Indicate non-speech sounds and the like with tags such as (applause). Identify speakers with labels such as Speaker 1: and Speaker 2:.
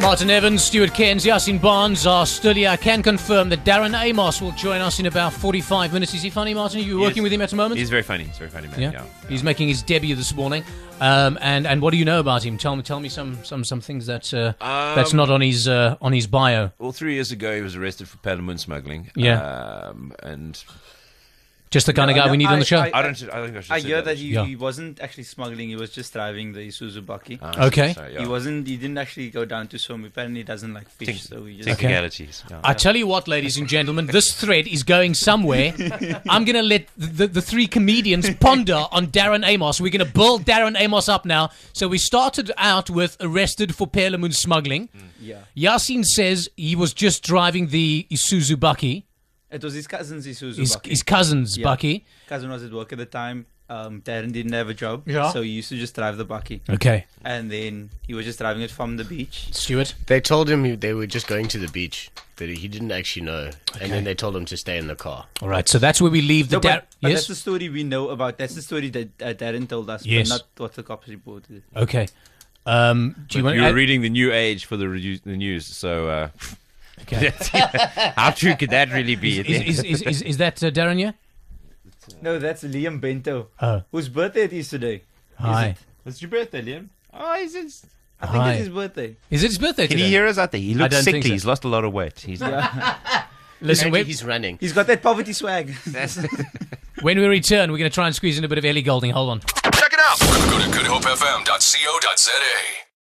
Speaker 1: Martin Evans, Stuart Cairns, Yasin Barnes are still here. I can confirm that Darren Amos will join us in about 45 minutes. Is he funny, Martin? Are you
Speaker 2: He
Speaker 1: working
Speaker 2: is.
Speaker 1: with him at the moment?
Speaker 2: He's very funny. He's a very funny man.
Speaker 1: yeah.
Speaker 2: Yeah.
Speaker 1: He's making his debut this morning. Um, and, and what do you know about him? Tell me tell me some some, some things that uh,
Speaker 2: Um,
Speaker 1: that's not on his uh, on his bio.
Speaker 2: Well, three years ago, he was arrested for palamon smuggling.
Speaker 1: Yeah.
Speaker 2: Um, and
Speaker 1: Just the kind of
Speaker 3: No,
Speaker 1: guy
Speaker 3: no,
Speaker 1: we need on the show.
Speaker 2: I don't. I think I should.
Speaker 3: I
Speaker 2: say
Speaker 3: hear Ah, that he,
Speaker 1: Yeah.
Speaker 3: he wasn't actually smuggling; he was just driving the Isuzu Baki.
Speaker 2: Ah,
Speaker 1: Okay.
Speaker 2: sorry, yeah.
Speaker 3: He wasn't. He didn't actually go down to swim. Apparently, he doesn't like fish,
Speaker 2: Think-
Speaker 3: so we just
Speaker 2: Technicalities. Yeah.
Speaker 1: I tell you what, ladies and gentlemen, this thread is going somewhere. I'm going to let the, the, the three comedians ponder on Darren Amos. We're going to build Darren Amos up now. So we started out with arrested for Perlamoon smuggling.
Speaker 3: yeah.
Speaker 1: Yasin says he was just driving the Isuzu Bucky,
Speaker 3: It was his cousin's Isuzu
Speaker 1: his,
Speaker 3: Baki.
Speaker 1: his cousin's
Speaker 3: Yeah.
Speaker 1: Bucky.
Speaker 3: cousin was at work at the time. Um, Darren didn't have a job,
Speaker 1: Yeah.
Speaker 3: so he used to just drive the Baki,
Speaker 1: Okay,
Speaker 3: and then he was just driving it from the beach.
Speaker 1: Stuart.
Speaker 4: They told him he- they were just going to the beach, that he didn't actually know, and then they told him to stay in the car.
Speaker 1: All right, so that's where we leave the
Speaker 3: No,
Speaker 1: Dar-
Speaker 3: but, but
Speaker 1: yes.
Speaker 3: that's the story we know about. That's the story that uh, Darren told us,
Speaker 1: Yes.
Speaker 3: but not what the cops reported.
Speaker 1: okay. Um, do you want
Speaker 2: you were
Speaker 1: to?
Speaker 2: reading the New Age for the, re- the news, so uh,
Speaker 1: Okay.
Speaker 2: how true could that really be?
Speaker 1: is, is, is, is, is that uh, Darren? Yeah.
Speaker 3: No, that's Liam Bento,
Speaker 1: Oh,
Speaker 3: whose birthday it is today.
Speaker 1: hi.
Speaker 2: it's your birthday, Liam. Oh, he's just...
Speaker 3: I
Speaker 1: think
Speaker 3: think
Speaker 1: Hi. it's
Speaker 3: it's
Speaker 1: his
Speaker 3: his birthday.
Speaker 1: Is it his birthday
Speaker 2: Can
Speaker 1: today?
Speaker 2: you hear us out there? He looks
Speaker 1: don't think
Speaker 2: sickly.
Speaker 1: so.
Speaker 2: He's lost a lot of weight.
Speaker 1: (laughs)
Speaker 2: He's
Speaker 1: Listen,
Speaker 4: Maybe
Speaker 1: we
Speaker 4: he's running.
Speaker 3: He's got that poverty swag.
Speaker 1: When we return, we're going to try and squeeze in a bit of Ellie Golding. Hold on.
Speaker 5: Check it out. Go to goodhopefm.co.za.